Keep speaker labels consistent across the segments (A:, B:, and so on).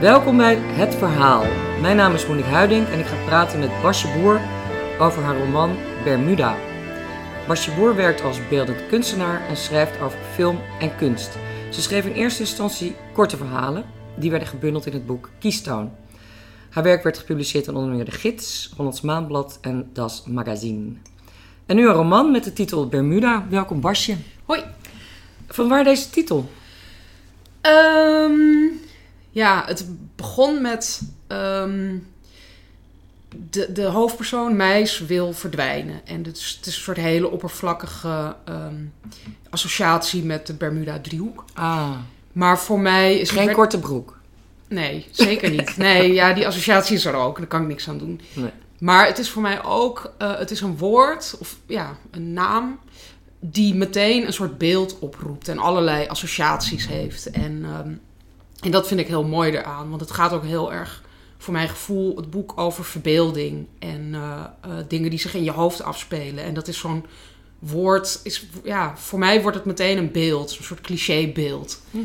A: Welkom bij Het Verhaal. Mijn naam is Monique Huiding en ik ga praten met Basje Boer over haar roman Bermuda. Basje Boer werkt als beeldend kunstenaar en schrijft over film en kunst. Ze schreef in eerste instantie korte verhalen, die werden gebundeld in het boek Keystone. Haar werk werd gepubliceerd in onder meer De Gids, Hollands Maandblad en Das Magazine. En nu een roman met de titel Bermuda. Welkom Basje.
B: Hoi.
A: Van waar deze titel?
B: Ehm, ja, het begon met ehm, de, de hoofdpersoon, meis, wil verdwijnen. En het is, het is een soort hele oppervlakkige ehm, associatie met de Bermuda-driehoek.
A: Ah,
B: Maar voor mij is
A: geen
B: Ber-
A: korte broek.
B: Nee, zeker niet. Nee, ja, die associatie is er ook. Daar kan ik niks aan doen.
A: Nee.
B: Maar het is voor mij ook, eh, het is een woord of ja, een naam die meteen een soort beeld oproept en allerlei associaties heeft. En, ehm, en dat vind ik heel mooi eraan, want het gaat ook heel erg, voor mijn gevoel, het boek over verbeelding en eh, eh, dingen die zich in je hoofd afspelen. En dat is zo'n woord, is, ja, voor mij wordt het meteen een beeld, een soort clichébeeld.
A: Ja.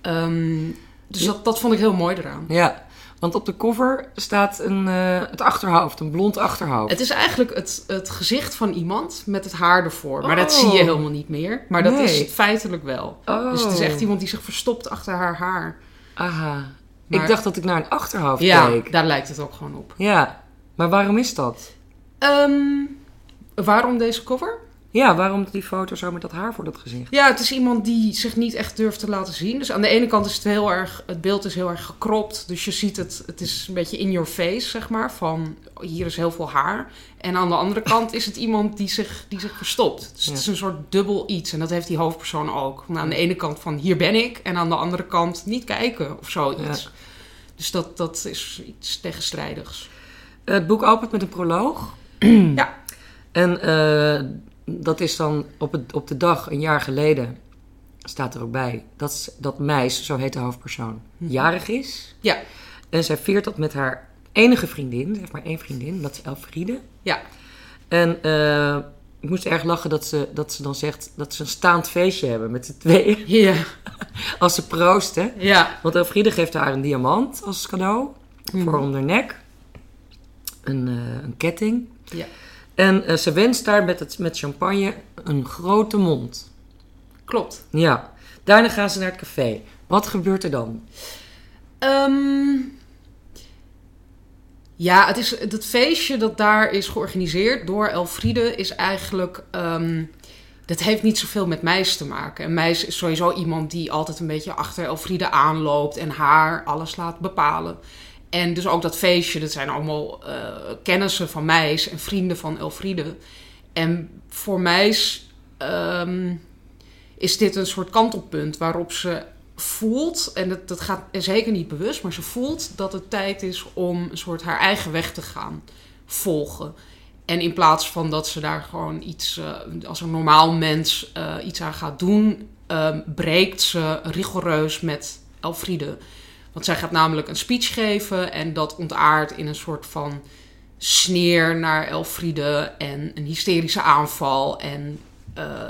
B: Ehm, dus dat, dat vond ik heel mooi eraan.
A: Ja, want op de cover staat een, eh, het achterhoofd, een blond achterhoofd.
B: Het is eigenlijk het, het gezicht van iemand met het haar ervoor. Maar dat
A: Oh.
B: zie je helemaal niet meer. Maar dat is
A: Nee.
B: het feitelijk wel.
A: Oh.
B: Dus het is echt iemand die zich verstopt achter haar haar.
A: Aha.
B: Maar-
A: Ik dacht dat ik naar een achterhoofd
B: Ja,
A: keek.
B: daar lijkt het ook gewoon op.
A: Ja, maar waarom is dat?
B: Ehm, waarom deze cover?
A: Ja, waarom die foto zo met dat haar voor dat gezicht?
B: Ja, het is iemand die zich niet echt durft te laten zien. Dus aan de ene kant is het heel erg, het beeld is heel erg gekropt. Dus je ziet het, het is een beetje in your face, zeg maar. Van oh, hier is heel veel haar. En aan de andere kant is het iemand die zich, die zich verstopt. Dus het
A: Ja.
B: is een soort dubbel iets. En dat heeft die hoofdpersoon ook. Van aan de ene kant van hier ben ik. En aan de andere kant niet kijken of zoiets. Dus dat, dat is iets tegenstrijdigs.
A: Het boek opent met een proloog.
B: Ja.
A: En eh, dat is dan op, het, op de dag een jaar geleden, staat er ook bij, dat, s- dat meis, zo heet de hoofdpersoon,
B: Mhm.
A: jarig is.
B: Ja,
A: En zij viert dat met haar enige vriendin, ze heeft maar één vriendin, dat is Elfriede.
B: ja.
A: En eh, ik moest erg lachen dat ze, dat ze dan zegt dat ze een staand feestje hebben met z'n tweeën.
B: Ja,
A: Als ze proosten.
B: ja.
A: Want Elfriede geeft haar een diamant als cadeau
B: Mm.
A: voor om haar nek. Een, eh, een ketting.
B: ja.
A: En eh, ze wenst daar met, het, met champagne een grote mond.
B: Klopt.
A: Ja. Daarna gaan ze naar het café. Wat gebeurt er dan?
B: Ehm, ja, het is, dat feestje dat daar is georganiseerd door Elfriede is eigenlijk. ehm, dat heeft niet zoveel met meis te maken. En meis is sowieso iemand die altijd een beetje achter Elfriede aanloopt en haar alles laat bepalen. En dus ook dat feestje, dat zijn allemaal eh, kennissen van meis en vrienden van Elfriede. En voor meis ehm, is dit een soort kantelpunt waarop ze voelt, en dat, dat gaat en zeker niet bewust, maar ze voelt dat het tijd is om een soort haar eigen weg te gaan volgen. En in plaats van dat ze daar gewoon iets, eh, als een normaal mens eh, iets aan gaat doen, ehm, breekt ze rigoureus met Elfriede. Want zij gaat namelijk een speech geven en dat ontaart in een soort van sneer naar Elfriede en een hysterische aanval. En, eh,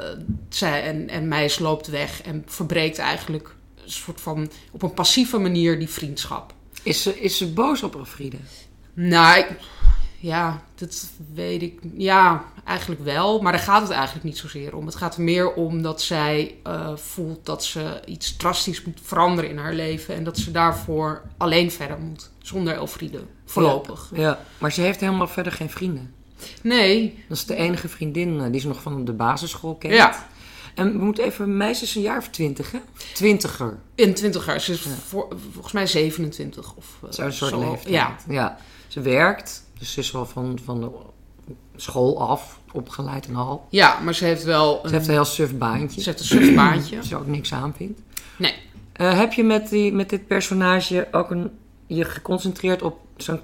B: zij, en, en Meis loopt weg en verbreekt eigenlijk een soort van op een passieve manier die vriendschap.
A: Is ze, is ze boos op Elfriede?
B: Nou, ik- ja, dat weet ik. Ja, eigenlijk wel. Maar daar gaat het eigenlijk niet zozeer om. Het gaat er meer om dat zij eh, voelt dat ze iets drastisch moet veranderen in haar leven. En dat ze daarvoor alleen verder moet. Zonder Elfriede. Voorlopig.
A: Ja. Maar ze heeft helemaal verder geen vrienden.
B: Nee,
A: Dat is de enige vriendin eh, die ze nog van op de basisschool kent.
B: ja.
A: En we moeten even, meisjes is een jaar of twintig, hè? Twintiger.
B: In twintigers. Ze is voor- volgens mij 27 of eh,
A: Zo'n soort
B: zo.
A: leeftijd.
B: Ja,
A: Ze werkt, dus ze is wel van, van de school af, opgeleid en al.
B: ja, maar ze heeft wel een,
A: Ze heeft een heel suf baantje, dus
B: ze heeft een surfbaantje.
A: waar ze ook niks aan vindt.
B: Nee.
A: Eh, heb je met, die, met dit personage ook een, je geconcentreerd op zo'n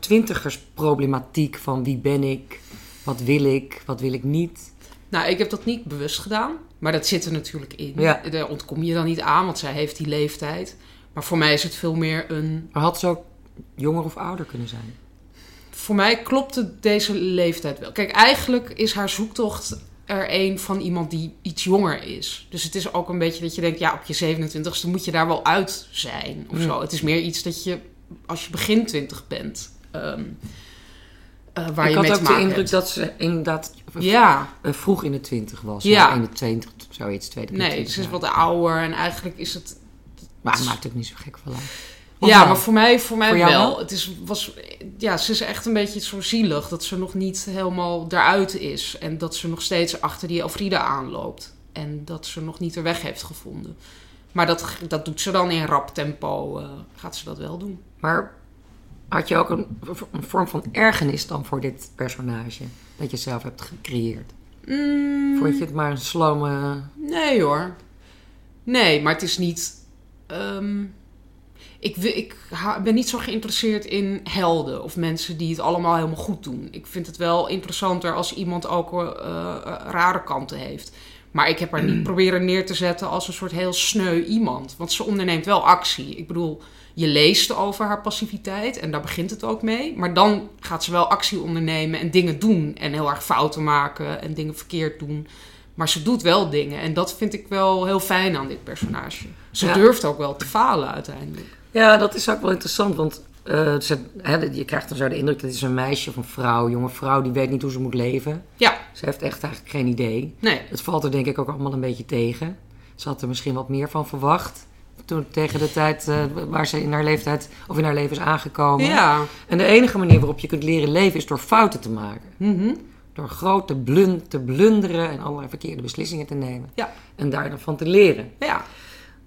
A: twintigersproblematiek van wie ben ik, wat wil ik, wat wil ik niet?
B: Nou, ik heb dat niet bewust gedaan, maar dat zit er natuurlijk in.
A: Ja.
B: Daar ontkom je dan niet aan, want zij heeft die leeftijd. Maar voor mij is het veel meer een.
A: Maar had ze ook jonger of ouder kunnen zijn?
B: Voor mij klopte deze leeftijd wel. Kijk, eigenlijk is haar zoektocht er een van iemand die iets jonger is. Dus het is ook een beetje dat je denkt, ja, op je 27ste moet je daar wel uit zijn of zo. Het is meer iets dat je als je begin twintig bent. ehm, eh, waar
A: ik
B: je
A: had
B: mee te
A: ook de
B: maken
A: indruk
B: hebt.
A: dat ze inderdaad
B: Ja,
A: eh, vroeg in de twintig was.
B: Ja.
A: Ja. dus 21, zoiets, 22.
B: nee, ze is
A: jaar.
B: wat ouder en eigenlijk is het
A: Maar het maakt ook niet zo gek van uit. Of
B: Ja,
A: wel?
B: maar voor mij, voor mij
A: Voor jou
B: wel.
A: wel?
B: Het is, was, ja, ze is echt een beetje zo zielig dat ze nog niet helemaal eruit is. En dat ze nog steeds achter die Elfriede aanloopt. En dat ze nog niet haar weg heeft gevonden. Maar dat, dat doet ze dan in rap tempo. eh, gaat ze dat wel doen?
A: Maar had je ook een, een vorm van ergernis dan voor dit personage? Dat je zelf hebt gecreëerd?
B: Mm,
A: Vond je het maar een slome...
B: Nee hoor. Nee, maar het is niet. ehm, ik wi- ik ha- ben niet zo geïnteresseerd in helden of mensen die het allemaal helemaal goed doen. Ik vind het wel interessanter als iemand ook eh, eh, rare kanten heeft. Maar ik heb haar niet proberen neer te zetten als een soort heel sneu iemand. Want ze onderneemt wel actie. Ik bedoel, je leest over haar passiviteit en daar begint het ook mee. Maar dan gaat ze wel actie ondernemen en dingen doen. En heel erg fouten maken en dingen verkeerd doen. Maar ze doet wel dingen. En dat vind ik wel heel fijn aan dit personage. Ze
A: Ja.
B: durft ook wel te falen uiteindelijk.
A: Ja, dat is ook wel interessant, want eh, ze- hè, je krijgt dan zo de indruk... dat het is een meisje of een vrouw, jonge vrouw, die weet niet hoe ze moet leven.
B: Ja,
A: Ze heeft echt eigenlijk geen idee.
B: nee.
A: Het valt er denk ik ook allemaal een beetje tegen. Ze had er misschien wat meer van verwacht... Toen tegen de tijd eh, waar ze in haar leeftijd of in haar leven is aangekomen.
B: Ja.
A: En de enige manier waarop je kunt leren leven is door fouten te maken.
B: Mhm.
A: Door groot te, blun te blunderen en allerlei verkeerde beslissingen te nemen.
B: Ja.
A: En daar dan van te leren.
B: Ja.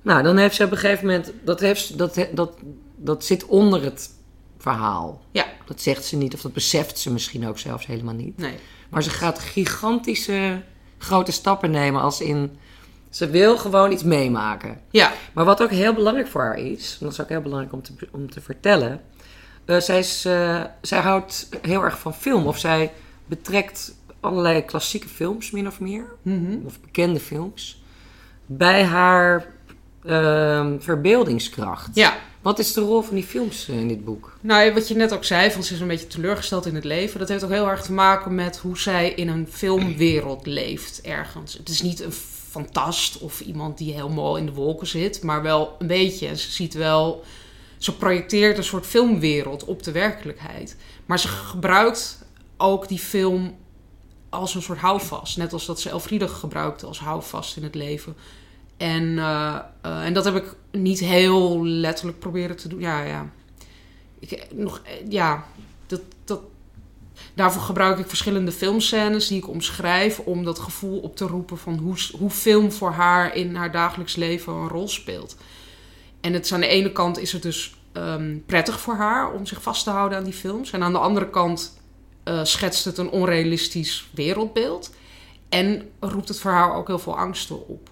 A: Nou, dan heeft ze op een gegeven moment. Dat, heeft, ze- dat, he- dat, dat zit onder het verhaal.
B: Ja.
A: Dat zegt ze niet, of dat beseft ze misschien ook zelfs helemaal niet.
B: Nee.
A: Maar ze gaat gigantische grote stappen nemen als in. Ze wil gewoon iets meemaken.
B: Ja.
A: Maar wat ook heel belangrijk voor haar is, en dat is ook heel belangrijk om te, om te vertellen. eh, zij, is, eh, zij houdt heel erg van film. Of zij betrekt allerlei klassieke films, min of meer.
B: Mhm.
A: Of bekende films. Bij haar ehm, verbeeldingskracht.
B: Ja.
A: Wat is de rol van die films eh, in dit boek?
B: Nou, ja, wat je net ook zei, van ze is een beetje teleurgesteld in het leven. Dat heeft ook heel erg te maken met hoe zij in een filmwereld leeft ergens. Het is niet een fantast of iemand die helemaal in de wolken zit, maar wel een beetje. En ze ziet wel, ze projecteert een soort filmwereld op de werkelijkheid. Maar ze gebruikt ook die film als een soort houvast. Net als dat ze Elfriede gebruikte als houvast in het leven. En, eh, eh, en dat heb ik niet heel letterlijk proberen te doen. Ja, ja. Ik, nog, eh, ja, dat, dat, daarvoor gebruik ik verschillende filmscènes die ik omschrijf om dat gevoel op te roepen van hoe, s- hoe film voor haar in haar dagelijks leven een rol speelt. En het is aan de ene kant is het dus ehm, prettig voor haar om zich vast te houden aan die films. En aan de andere kant eh, schetst het een onrealistisch wereldbeeld. En roept het voor haar ook heel veel angsten op.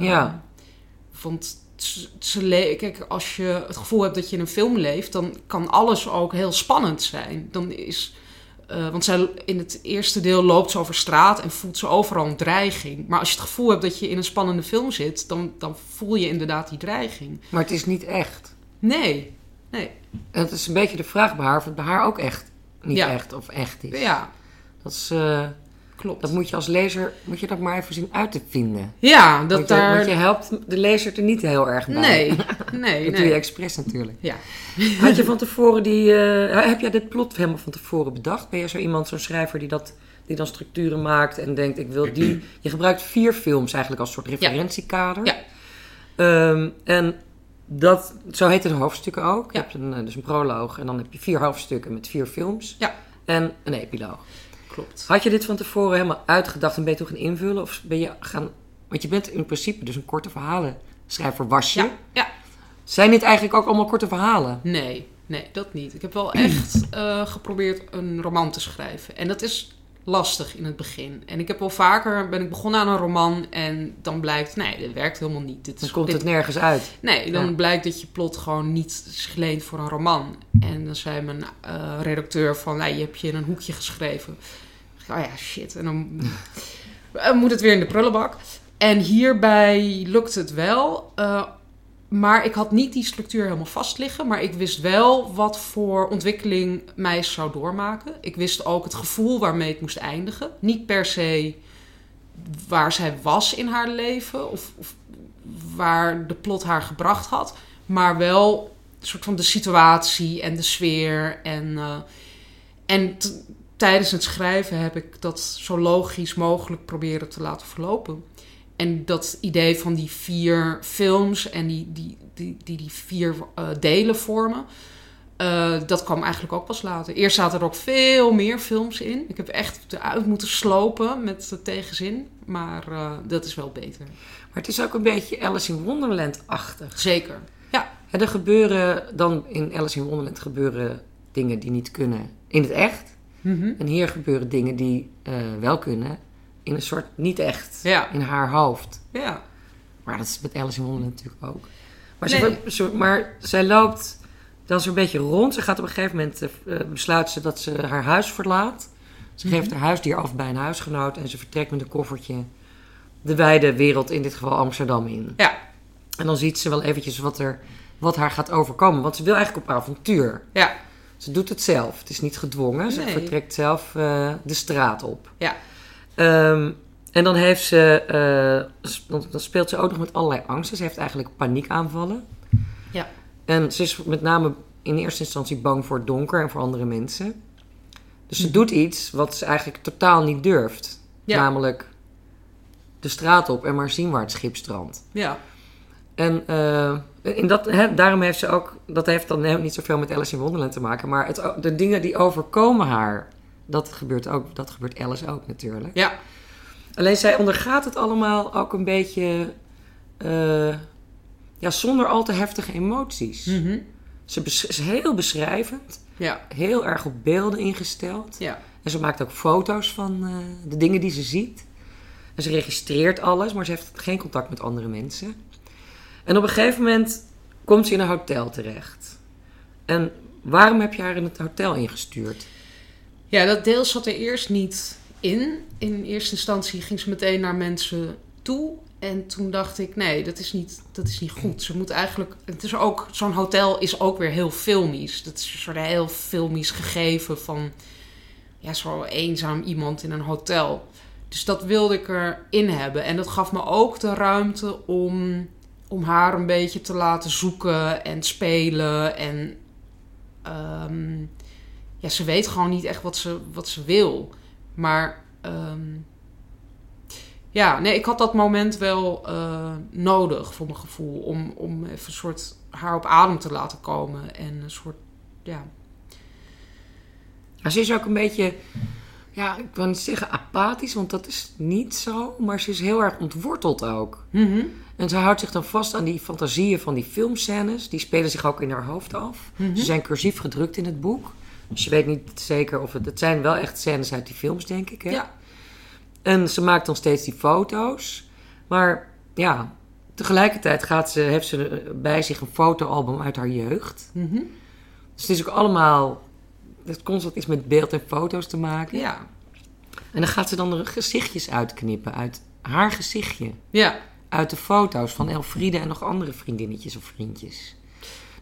A: Ja.
B: Ehm, want ze- ze le- kijk, als je het gevoel hebt dat je in een film leeft, dan kan alles ook heel spannend zijn. Dan is, eh, want zij, in het eerste deel loopt ze over straat en voelt ze overal een dreiging. Maar als je het gevoel hebt dat je in een spannende film zit, dan, dan voel je inderdaad die dreiging.
A: Maar het is niet echt.
B: Nee, nee,
A: En het is een beetje de vraag bij haar of het bij haar ook echt niet
B: Ja.
A: echt of echt is.
B: ja,
A: Dat, is eh, dat
B: klopt.
A: moet je als lezer moet je dat maar even zien uit te vinden.
B: Ja, dat
A: want, je,
B: daar...
A: want je helpt de lezer er niet heel erg bij.
B: nee,
A: Dat
B: nee,
A: doe je
B: nee.
A: expres natuurlijk.
B: Ja.
A: Had je van tevoren die... eh, heb jij dit plot helemaal van tevoren bedacht? Ben je zo iemand, zo'n schrijver die, dat, die dan structuren maakt en denkt ik wil die... Je gebruikt vier films eigenlijk als soort referentiekader.
B: Ja.
A: Ehm, en dat, zo heten de hoofdstukken ook. Je
B: Ja.
A: hebt een, eh, dus een proloog en dan heb je vier hoofdstukken met vier films.
B: Ja.
A: En een epiloog.
B: Klopt.
A: Had je dit van tevoren helemaal uitgedacht en ben je toen gaan invullen? Of ben je gaan... Want je bent in principe dus een korte verhalenschrijver was je.
B: Ja, ja.
A: Zijn dit eigenlijk ook allemaal korte verhalen?
B: Nee, nee, dat niet. Ik heb wel echt eh, geprobeerd een roman te schrijven. En dat is lastig in het begin. En ik heb wel vaker, ben ik begonnen aan een roman en dan blijkt, nee, dit werkt helemaal niet. Dit
A: Dan
B: is,
A: komt
B: dit-
A: het nergens uit.
B: Nee, dan
A: Ja.
B: blijkt dat je plot gewoon niet is geleend voor een roman. En dan zei mijn eh, redacteur van, nee, je hebt je in een hoekje geschreven. Ik dacht, Oh ja, shit. En dan eh, moet het weer in de prullenbak. En hierbij lukte het wel. eh, maar ik had niet die structuur helemaal vast liggen. Maar ik wist wel wat voor ontwikkeling mij zou doormaken. Ik wist ook het gevoel waarmee het moest eindigen. Niet per se waar zij was in haar leven. Of, of waar de plot haar gebracht had. Maar wel soort van de situatie en de sfeer. En, eh, en t- tijdens het schrijven heb ik dat zo logisch mogelijk proberen te laten verlopen. En dat idee van die vier films en die die, die, die, die vier eh, delen vormen. eh, dat kwam eigenlijk ook pas later. Eerst zaten er ook veel meer films in. Ik heb echt eruit moeten slopen met de tegenzin. Maar eh, dat is wel beter.
A: Maar het is ook een beetje Alice in Wonderland-achtig.
B: Zeker.
A: Ja, er gebeuren dan in Alice in Wonderland gebeuren dingen die niet kunnen in het echt.
B: Mhm.
A: En hier gebeuren dingen die eh, wel kunnen in een soort niet echt.
B: Ja.
A: In haar hoofd.
B: Ja.
A: Maar dat is met Alice in Wonderland natuurlijk ook. Maar, ze,
B: Nee.
A: ze- maar zij loopt dan zo'n beetje rond. Ze gaat op een gegeven moment eh, besluit ze dat ze haar huis verlaat. Ze
B: Mhm.
A: geeft haar huisdier af bij een huisgenoot en ze vertrekt met een koffertje de wijde wereld, in dit geval Amsterdam, in.
B: Ja.
A: En dan ziet ze wel eventjes wat, er, wat haar gaat overkomen. Want ze wil eigenlijk op avontuur.
B: Ja.
A: Ze doet het zelf. Het is niet gedwongen. Ze
B: Nee.
A: vertrekt zelf eh, de straat op.
B: Ja.
A: Ehm, en dan, heeft ze, eh, s- dan dan speelt ze ook nog met allerlei angsten. Ze heeft eigenlijk paniekaanvallen.
B: Ja.
A: En ze is met name in eerste instantie bang voor het donker en voor andere mensen. Dus ze doet iets wat ze eigenlijk totaal niet durft.
B: Mhm. Ja.
A: Namelijk de straat op en maar zien waar het schip strandt.
B: Ja.
A: En eh, in dat, hè, daarom heeft ze ook, dat heeft dan helemaal niet zoveel met Alice in Wonderland te maken, maar het, de dingen die overkomen haar, dat gebeurt ook, dat gebeurt Alice ook natuurlijk.
B: Ja.
A: Alleen zij ondergaat het allemaal ook een beetje, eh, ja, zonder al te heftige emoties.
B: Mhm.
A: Ze bes- is heel beschrijvend,
B: Ja.
A: heel erg op beelden ingesteld.
B: Ja.
A: En ze maakt ook foto's van eh, de dingen die ze ziet. En ze registreert alles, maar ze heeft geen contact met andere mensen. En op een gegeven moment komt ze in een hotel terecht. En waarom heb je haar in het hotel ingestuurd?
B: Ja, dat deel zat er eerst niet in. In eerste instantie ging ze meteen naar mensen toe. En toen dacht ik, nee, dat is niet, dat is niet goed. Ze moet eigenlijk. Het is ook, zo'n hotel is ook weer heel filmisch. Dat is een soort heel filmisch gegeven van ja, zo eenzaam iemand in een hotel. Dus dat wilde ik erin hebben. En dat gaf me ook de ruimte om, om haar een beetje te laten zoeken en spelen. En ehm, ja, ze weet gewoon niet echt wat ze, wat ze wil. Maar ehm, ja, nee, ik had dat moment wel eh, nodig voor mijn gevoel. Om, om even een soort haar op adem te laten komen. En een soort, ja,
A: Nou, ze is ook een beetje, ja, ik wil niet zeggen apathisch, want dat is niet zo. Maar ze is heel erg ontworteld ook.
B: mhm,
A: En ze houdt zich dan vast aan die fantasieën van die filmscènes. Die spelen zich ook in haar hoofd af.
B: Mhm.
A: Ze zijn cursief gedrukt in het boek. Dus je weet niet zeker of het... Het zijn wel echt scènes uit die films, denk ik. Hè?
B: Ja.
A: En ze maakt dan steeds die foto's. Maar ja, tegelijkertijd gaat ze, heeft ze eh, bij zich een fotoalbum uit haar jeugd.
B: mhm,
A: Dus het is ook allemaal... Het constant iets met beeld en foto's te maken.
B: ja,
A: En dan gaat ze dan er gezichtjes uitknippen. Uit haar gezichtje
B: ja,
A: uit de foto's van Elfriede en nog andere vriendinnetjes of vriendjes.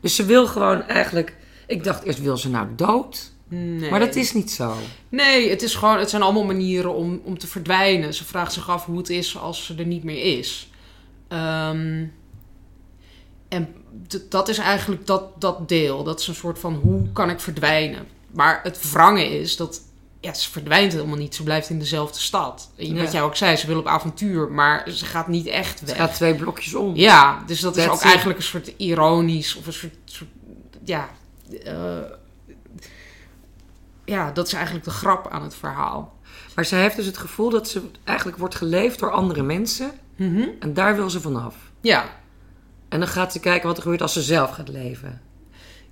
A: Dus ze wil gewoon eigenlijk. Ik dacht eerst wil ze nou dood,
B: nee.
A: maar dat is niet zo.
B: Nee, het, is gewoon, het zijn allemaal manieren om, om te verdwijnen. Ze vraagt zich af hoe het is als ze er niet meer is. Ehm, en d- dat is eigenlijk dat, dat deel. Dat is een soort van hoe kan ik verdwijnen? Maar het wrange is dat ja, ze verdwijnt helemaal niet. Ze blijft in dezelfde stad.
A: Ja.
B: Wat jij ook zei, ze wil op avontuur, maar ze gaat niet echt
A: Ze
B: weg.
A: gaat twee blokjes om.
B: Ja, dus dat is
A: That's
B: ook
A: it.
B: eigenlijk een soort ironisch of een soort. soort- ja, eh, ja, dat is eigenlijk de grap aan het verhaal.
A: Maar ze heeft dus het gevoel dat ze eigenlijk wordt geleefd door andere mensen en daar wil ze vanaf.
B: Ja.
A: En dan gaat ze kijken wat er gebeurt als ze zelf gaat leven.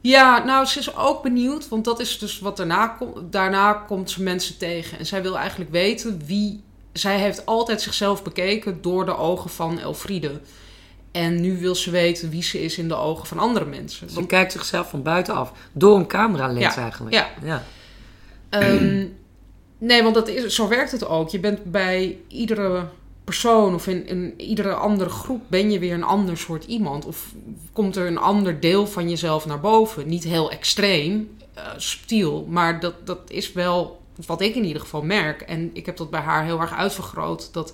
B: ja, nou, ze is ook benieuwd, want dat is dus wat daarna komt. Daarna komt ze mensen tegen en zij wil eigenlijk weten wie. Zij heeft altijd zichzelf bekeken door de ogen van Elfriede. En nu wil ze weten wie ze is in de ogen van andere mensen.
A: Ze
B: Want,
A: kijkt zichzelf van buitenaf door een cameralens
B: Ja,
A: eigenlijk.
B: ja.
A: ja.
B: Ehm, nee, want dat is, zo werkt het ook. Je bent bij iedere persoon of in, in iedere andere groep ben je weer een ander soort iemand. Of komt er een ander deel van jezelf naar boven. Niet heel extreem, eh, subtiel, maar dat, dat is wel wat ik in ieder geval merk. En ik heb dat bij haar heel erg uitvergroot. Dat,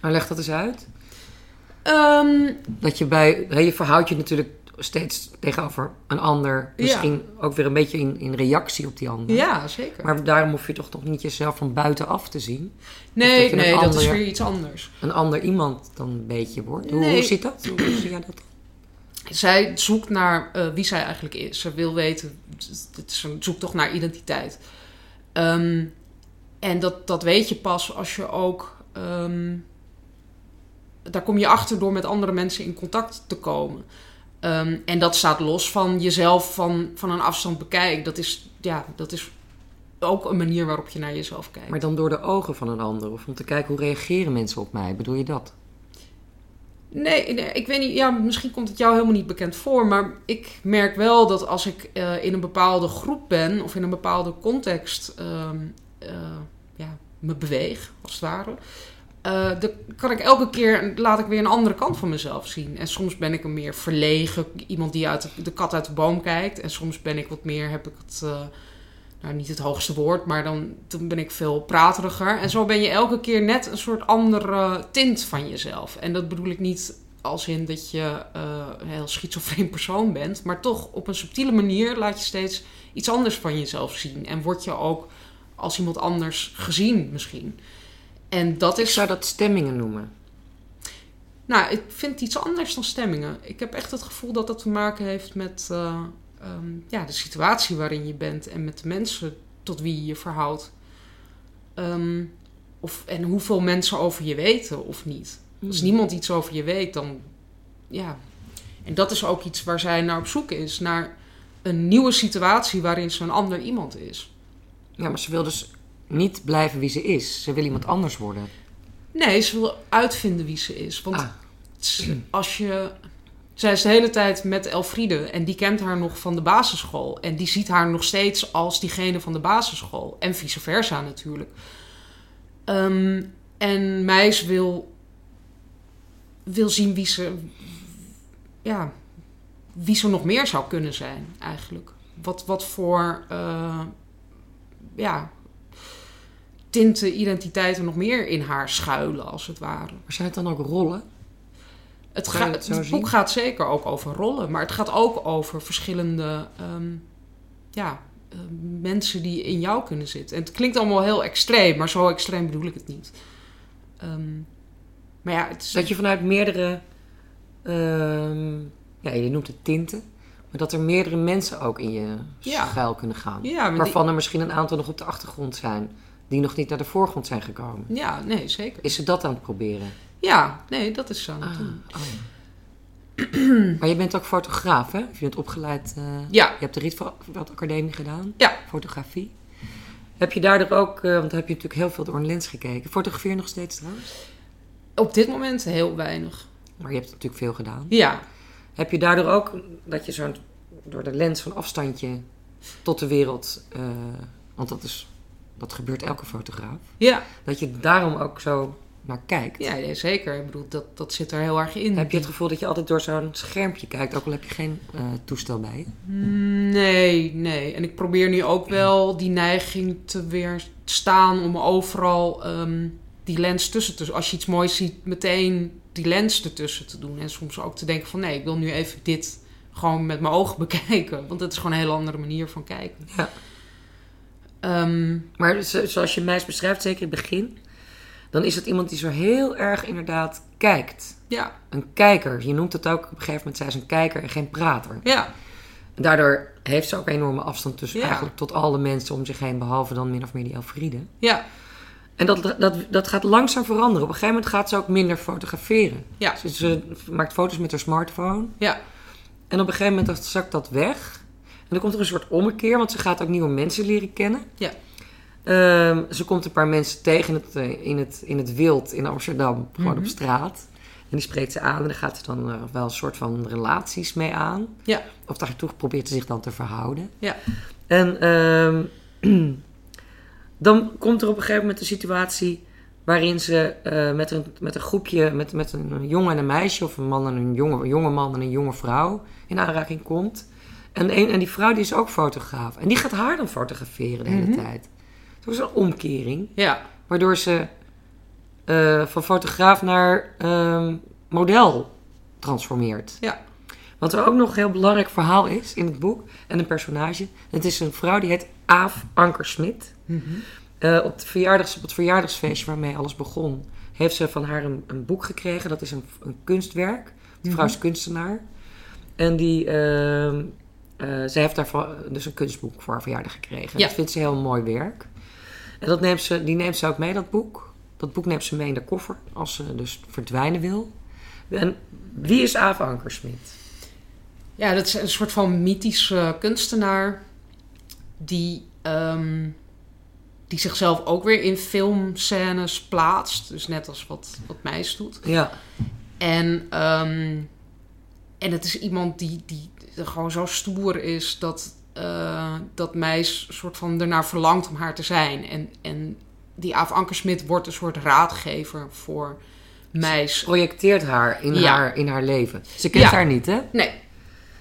A: Maar leg dat eens uit.
B: ehm,
A: Dat je bij, hè, je verhoudt je natuurlijk steeds tegenover een ander. Misschien ook weer een beetje in, in reactie op die ander.
B: Ja, zeker.
A: Maar daarom hoef je toch nog niet jezelf van buitenaf te zien.
B: nee,
A: dat je een
B: nee, dat is
A: ander-
B: weer iets anders.
A: Een ander iemand dan een beetje wordt. Hoe,
B: Nee.
A: hoe zit dat? Hoe zie jij dat?
B: Zij zoekt naar eh, wie zij eigenlijk is. Ze wil weten, het is een zoektocht naar identiteit. Ehm, en dat, dat weet je pas als je ook. ehm, daar kom je achter door met andere mensen in contact te komen. Ehm, en dat staat los van jezelf van, van een afstand bekijken. Dat is, ja, dat is ook een manier waarop je naar jezelf kijkt.
A: Maar dan door de ogen van een ander. Of om te kijken hoe reageren mensen op mij. Bedoel je dat?
B: Nee, nee, ik weet niet. Ja, misschien komt het jou helemaal niet bekend voor. Maar ik merk wel dat als ik eh, in een bepaalde groep ben of in een bepaalde context ehm, eh, ja, me beweeg, als het ware. eh, dan kan ik elke keer laat ik weer een andere kant van mezelf zien. En soms ben ik een meer verlegen, iemand die uit de, de kat uit de boom kijkt. En soms ben ik wat meer, heb ik het, eh, nou niet het hoogste woord, maar dan, dan ben ik veel prateriger. En zo ben je elke keer net een soort andere tint van jezelf. En dat bedoel ik niet als in dat je eh, een heel schizofreen persoon bent, maar toch op een subtiele manier laat je steeds iets anders van jezelf zien. En word je ook als iemand anders gezien misschien. En dat
A: Ik
B: is
A: zou dat stemmingen noemen.
B: nou, ik vind het iets anders dan stemmingen. Ik heb echt het gevoel dat dat te maken heeft met eh, ehm, ja, de situatie waarin je bent en met de mensen tot wie je je verhoudt. Ehm, of, en hoeveel mensen over je weten of niet. Als niemand iets over je weet, dan ja. En dat is ook iets waar zij naar op zoek is: naar een nieuwe situatie waarin ze een ander iemand is.
A: Ja, maar ze wil dus niet blijven wie ze is. Ze wil iemand anders worden.
B: Nee, ze wil uitvinden wie ze is. Want
A: Ah.
B: als je. Zij is de hele tijd met Elfriede en die kent haar nog van de basisschool. En die ziet haar nog steeds als diegene van de basisschool. En vice versa natuurlijk. Ehm, en Meis wil, wil zien wie ze, ja, wie ze nog meer zou kunnen zijn eigenlijk. Wat, wat voor eh, ja, tinten, identiteiten nog meer in haar schuilen als het ware.
A: Maar zijn het dan ook rollen?
B: Het,
A: Kan je
B: ga-
A: dat zo
B: het
A: zien?
B: boek gaat zeker ook over rollen, maar het gaat ook over verschillende ehm, ja, eh, mensen die in jou kunnen zitten. En het klinkt allemaal heel extreem, maar zo extreem bedoel ik het niet. Ehm, maar ja, het is,
A: Dat je vanuit meerdere... ehm, ja, je noemt het tinten. Maar dat er meerdere mensen ook in je
B: Ja.
A: schuil kunnen gaan.
B: Ja, maar die-
A: waarvan er misschien een aantal nog op de achtergrond zijn. Die nog niet naar de voorgrond zijn gekomen.
B: ja, nee, zeker.
A: Is ze dat aan het proberen?
B: Ja, nee, dat is zo.
A: Ah.
B: oh.
A: maar je bent ook fotograaf, hè? Of je bent opgeleid... eh,
B: Ja,
A: Je hebt de Rietveld Academie gedaan.
B: Ja.
A: Fotografie. Heb je daardoor ook, eh, want heb je natuurlijk heel veel door een lens gekeken. Fotografeer je nog steeds trouwens.
B: op dit moment heel weinig.
A: Maar je hebt natuurlijk veel gedaan.
B: Ja,
A: Heb je daardoor ook dat je zo'n door de lens van afstandje tot de wereld, eh, want dat is dat gebeurt elke fotograaf,
B: ja,
A: dat je daarom ook zo naar kijkt.
B: ja nee, zeker. Ik bedoel, dat, dat zit er heel erg in.
A: Heb je het gevoel dat je altijd door zo'n schermpje kijkt, ook al heb je geen eh, toestel bij je?
B: Nee, nee. En ik probeer nu ook wel die neiging te weerstaan om overal ehm, die lens tussen te... Als je iets moois ziet, meteen die lens ertussen te doen. En soms ook te denken van nee, ik wil nu even dit gewoon met mijn ogen bekijken. Want dat is gewoon een hele andere manier van kijken.
A: Ja.
B: Ehm,
A: Maar zo- zoals je meis beschrijft, zeker in het begin, dan is het iemand die zo heel erg inderdaad kijkt.
B: ja,
A: Een kijker. Je noemt het ook op een gegeven moment, zij is een kijker en geen prater.
B: ja,
A: En daardoor heeft ze ook een enorme afstand tussen
B: Ja.
A: eigenlijk tot alle mensen om zich heen, behalve dan min of meer die Elfriede.
B: ja,
A: En dat, dat, dat gaat langzaam veranderen. Op een gegeven moment gaat ze ook minder fotograferen.
B: ja,
A: Ze, ze maakt foto's met haar smartphone.
B: ja,
A: En op een gegeven moment dat- zakt dat weg. En dan komt er een soort ommekeer, want ze gaat ook nieuwe mensen leren kennen.
B: ja,
A: Ehm, ze komt een paar mensen tegen in het, eh, in het, in het wild in Amsterdam, gewoon op straat. En die spreekt ze aan en daar gaat ze dan eh, wel een soort van relaties mee aan.
B: ja,
A: Of daartoe probeert ze zich dan te verhouden.
B: ja,
A: En ehm, dan komt er op een gegeven moment een situatie waarin ze eh, met, een, met een groepje, met, met een jongen en een meisje, of een man en een jonge, een jonge man en een jonge vrouw in aanraking komt. En, een, en die vrouw die is ook fotograaf. En die gaat haar dan fotograferen de hele tijd. Dat is een omkering,
B: ja,
A: waardoor ze eh, van fotograaf naar ehm, model transformeert.
B: ja,
A: Wat er ook nog een heel belangrijk verhaal is in het boek en een personage. Het is een vrouw die heet Aaf Ankersmit. Eh, op, het verjaardags, op het verjaardagsfeestje waarmee alles begon, heeft ze van haar een, een boek gekregen. Dat is een, een kunstwerk. De vrouw is kunstenaar. En die, ehm, eh, ze heeft daarvan dus een kunstboek voor haar verjaardag gekregen.
B: Ja.
A: Dat vindt ze heel mooi werk. En dat neemt ze, die neemt ze ook mee, dat boek. Dat boek neemt ze mee in de koffer als ze dus verdwijnen wil. En wie is Aaf Ankersmit?
B: Ja, dat is een soort van mythische kunstenaar die, ehm, die zichzelf ook weer in filmscènes plaatst. Dus net als wat, wat Meis doet.
A: Ja,
B: En, ehm, en het is iemand die, die gewoon zo stoer is dat, eh, dat meis soort van ernaar verlangt om haar te zijn. En, en die Aaf Ankersmit wordt een soort raadgever voor meis.
A: projecteert haar in,
B: Ja.
A: haar in haar leven. Ze kent
B: Ja.
A: haar niet, hè?
B: Nee,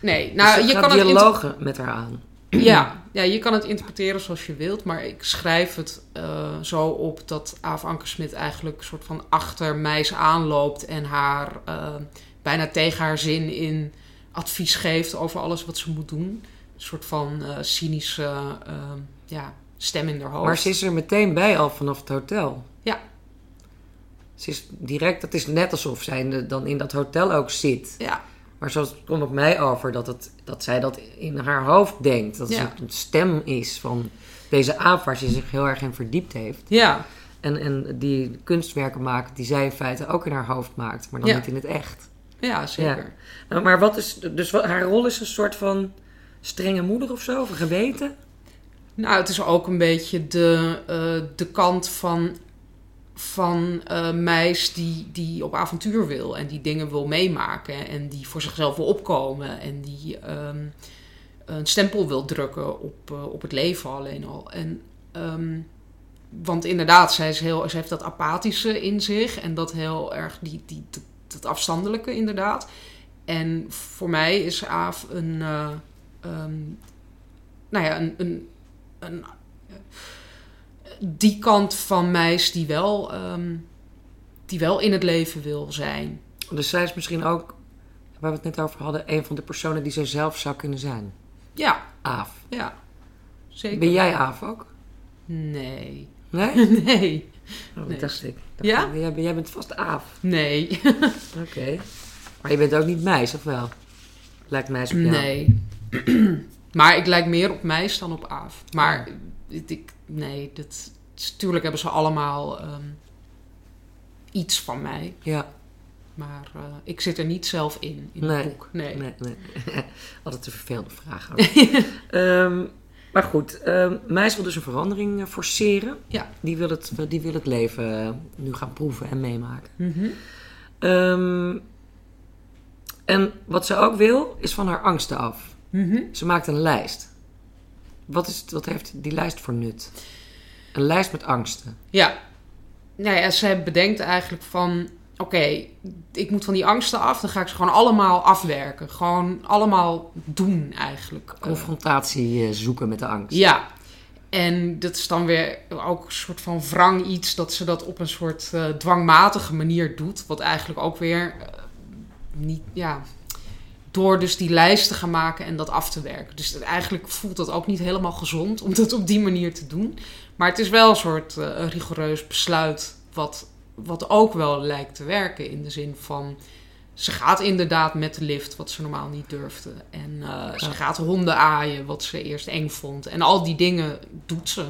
B: nee. Nou,
A: Dus ze
B: je
A: gaat
B: kan het inter-
A: dialogen met haar aan.
B: Ja, ja, je kan het interpreteren zoals je wilt, maar ik schrijf het eh, zo op dat Aaf Ankersmit eigenlijk een soort van achter meis aanloopt en haar eh, bijna tegen haar zin in advies geeft over alles wat ze moet doen. Een soort van eh, cynische eh, ja, stem in haar hoofd.
A: Maar ze is er meteen bij al vanaf het hotel.
B: Ja.
A: Ze is direct, het is net alsof zij in de- dan in dat hotel ook zit.
B: Ja,
A: Maar zo komt op mij over dat, het, dat zij dat in haar hoofd denkt. Dat
B: Ja.
A: het een stem is van deze aap waar ze zich heel erg in verdiept heeft.
B: ja,
A: En, en die kunstwerken maakt die zij in feite ook in haar hoofd maakt, maar dan
B: Ja.
A: niet in het echt.
B: ja, zeker.
A: Nou, Maar wat is, dus wat- haar rol is een soort van strenge moeder of zo, of een geweten?
B: Nou, het is ook een beetje de, eh, de kant van, van eh, meis die, die op avontuur wil en die dingen wil meemaken en die voor zichzelf wil opkomen en die ehm, een stempel wil drukken op, eh, op het leven alleen al. En, ehm, want inderdaad, zij, is heel, zij heeft dat apathische in zich en dat heel erg, die, die, dat, dat afstandelijke inderdaad. En voor mij is Aaf een, eh, ehm, nou ja, een, een een, die kant van meis die wel, ehm, die wel in het leven wil zijn.
A: Dus zij is misschien ook, waar we het net over hadden, een van de personen die zij zelf zou kunnen zijn.
B: Ja,
A: Aaf.
B: ja. Zeker.
A: Ben jij Aaf ook?
B: Nee.
A: Nee?
B: Nee.
A: Oh,
B: Nee.
A: Dat dacht ik. Dacht
B: Ja?
A: ik, jij, bent- jij bent vast Aaf.
B: Nee.
A: Oké. Maar je bent ook niet meis, of wel? Lijkt meis op jou.
B: Nee. maar ik lijk meer op meis dan op Aaf. Maar ik, ik- nee, dat, natuurlijk hebben ze allemaal ehm, iets van mij.
A: Ja,
B: Maar eh, ik zit er niet zelf in, in
A: Nee.
B: het boek. Nee.
A: nee, nee. Altijd een vervelende vraag. ook. Ehm, maar goed, ehm, meis wil dus een verandering eh, forceren.
B: Ja.
A: Die wil het, die wil het leven eh, nu gaan proeven en meemaken.
B: Mhm.
A: Ehm, en wat ze ook wil, is van haar angsten af.
B: Mhm.
A: Ze maakt een lijst. Wat, is, wat heeft die lijst voor nut? Een lijst met angsten.
B: Ja. Nou ja, zij bedenkt eigenlijk van... Oké, ik moet van die angsten af. Dan ga ik ze gewoon allemaal afwerken. Gewoon allemaal doen eigenlijk. Eh,
A: Confrontatie eh, zoeken met de angst.
B: ja. En dat is dan weer ook een soort van wrang iets... dat ze dat op een soort eh, dwangmatige manier doet. Wat eigenlijk ook weer... eh, niet, ja, door dus die lijst te gaan maken en dat af te werken. Dus het- eigenlijk voelt dat ook niet helemaal gezond om dat op die manier te doen. Maar het is wel een soort eh, rigoureus besluit, wat, wat ook wel lijkt te werken. In de zin van, ze gaat inderdaad met de lift, wat ze normaal niet durfde. En eh, ze
A: Ja.
B: gaat honden aaien, wat ze eerst eng vond. En al die dingen doet ze.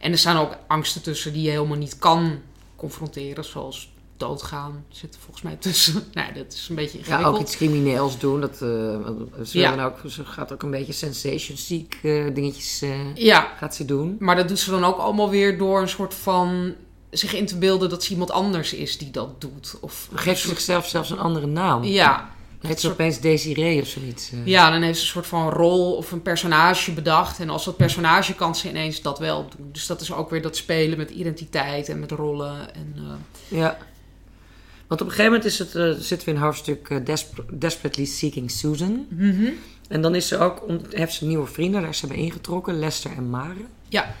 B: En er staan ook angsten tussen die je helemaal niet kan confronteren, zoals... Doodgaan zit er volgens mij tussen. Nou, dat is een beetje
A: Ja,
B: ingewikkeld.
A: ook iets crimineels doen. Dat, eh, ze,
B: Ja.
A: wil ook, ze gaat ook een beetje sensation seek eh, dingetjes eh,
B: Ja,
A: gaat ze doen.
B: maar dat doet ze dan ook allemaal weer door een soort van zich in te beelden dat ze iemand anders is die dat doet. Of dus
A: Geeft ze zichzelf zelfs een andere naam.
B: Ja,
A: Heet ze opeens Desiree of zoiets. eh.
B: ja, dan heeft ze een soort van rol of een personage bedacht. En als dat personage kan ze ineens dat wel doen. Dus dat is ook weer dat spelen met identiteit en met rollen. En, eh,
A: Ja. Want op een gegeven moment is het, eh, zitten we in hoofdstuk eh, Desper- Desperately Seeking Susan. En dan is ze ook, ont- heeft ze nieuwe vrienden, daar is ze bij ingetrokken, Lester en Mare.
B: Ja,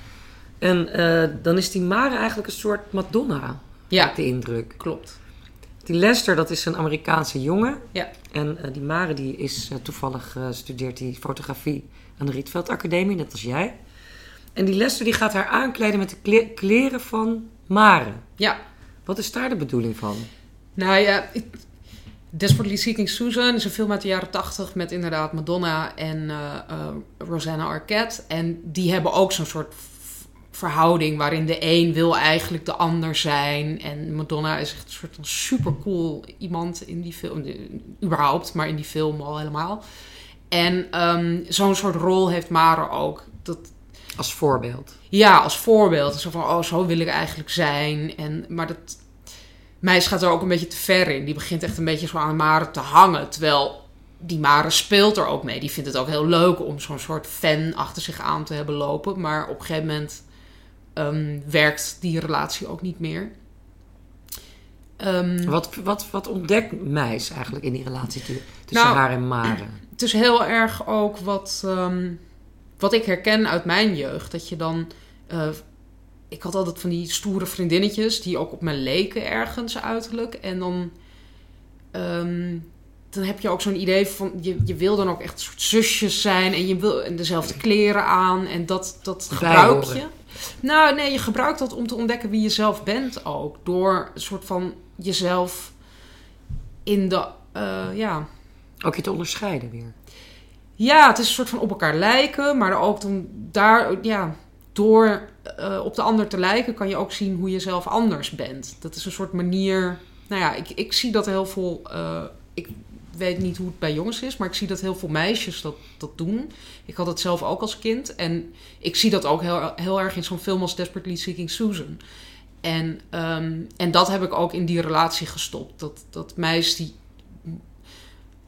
A: En eh, dan is die Mare eigenlijk een soort Madonna, heb
B: ja,
A: ik de indruk.
B: klopt.
A: Het Die Lester, dat is een Amerikaanse jongen.
B: Ja.
A: En eh, die Mare, die is eh, toevallig eh, studeert die fotografie aan de Rietveld Academie, net als jij. En die Lester die gaat haar aankleden met de kle- kleren van Mare.
B: Ja,
A: Wat is daar de bedoeling van?
B: Nou ja, ik- Desperately Seeking Susan is een film uit de jaren 80 met inderdaad Madonna en eh, eh, Rosanna Arquette. En die hebben ook zo'n soort v- verhouding waarin de een wil eigenlijk de ander zijn. En Madonna is echt een soort van supercool iemand in die film. De- Überhaupt, maar in die film al helemaal. En ehm, zo'n soort rol heeft Mare ook. Dat,
A: Als voorbeeld.
B: ja, als voorbeeld. Zo van, oh, zo wil ik eigenlijk zijn. En, maar dat meisje gaat er ook een beetje te ver in. Die begint echt een beetje zo aan Mare te hangen. Terwijl die Mare speelt er ook mee. Die vindt het ook heel leuk om zo'n soort fan achter zich aan te hebben lopen. Maar op een gegeven moment ehm, werkt die relatie ook niet meer. Ehm,
A: Wat, wat, wat ontdekt Meis eigenlijk in die relatie tu- tussen
B: Nou,
A: haar en Mare?
B: het is heel erg ook wat, ehm, wat ik herken uit mijn jeugd. Dat je dan. eh, ik had altijd van die stoere vriendinnetjes die ook op me leken ergens uiterlijk. En dan. ehm, dan heb je ook zo'n idee van. Je, je wil dan ook echt een soort zusjes zijn. En je wil en dezelfde kleren aan. En dat, dat gebruik je.
A: Bijhoren.
B: Nou, nee, je gebruikt dat om te ontdekken wie je zelf bent ook. Door een soort van jezelf in de. eh, ja,
A: Ook je te onderscheiden weer.
B: ja, het is een soort van op elkaar lijken, maar ook dan daar, ja, door eh, op de ander te lijken kan je ook zien hoe je zelf anders bent. Dat is een soort manier, nou ja, ik, ik zie dat heel veel, eh, ik weet niet hoe het bij jongens is, maar ik zie dat heel veel meisjes dat, dat doen. Ik had het zelf ook als kind en ik zie dat ook heel, heel erg in zo'n film als Desperately Seeking Susan. En, ehm, en dat heb ik ook in die relatie gestopt. Dat, dat meisje die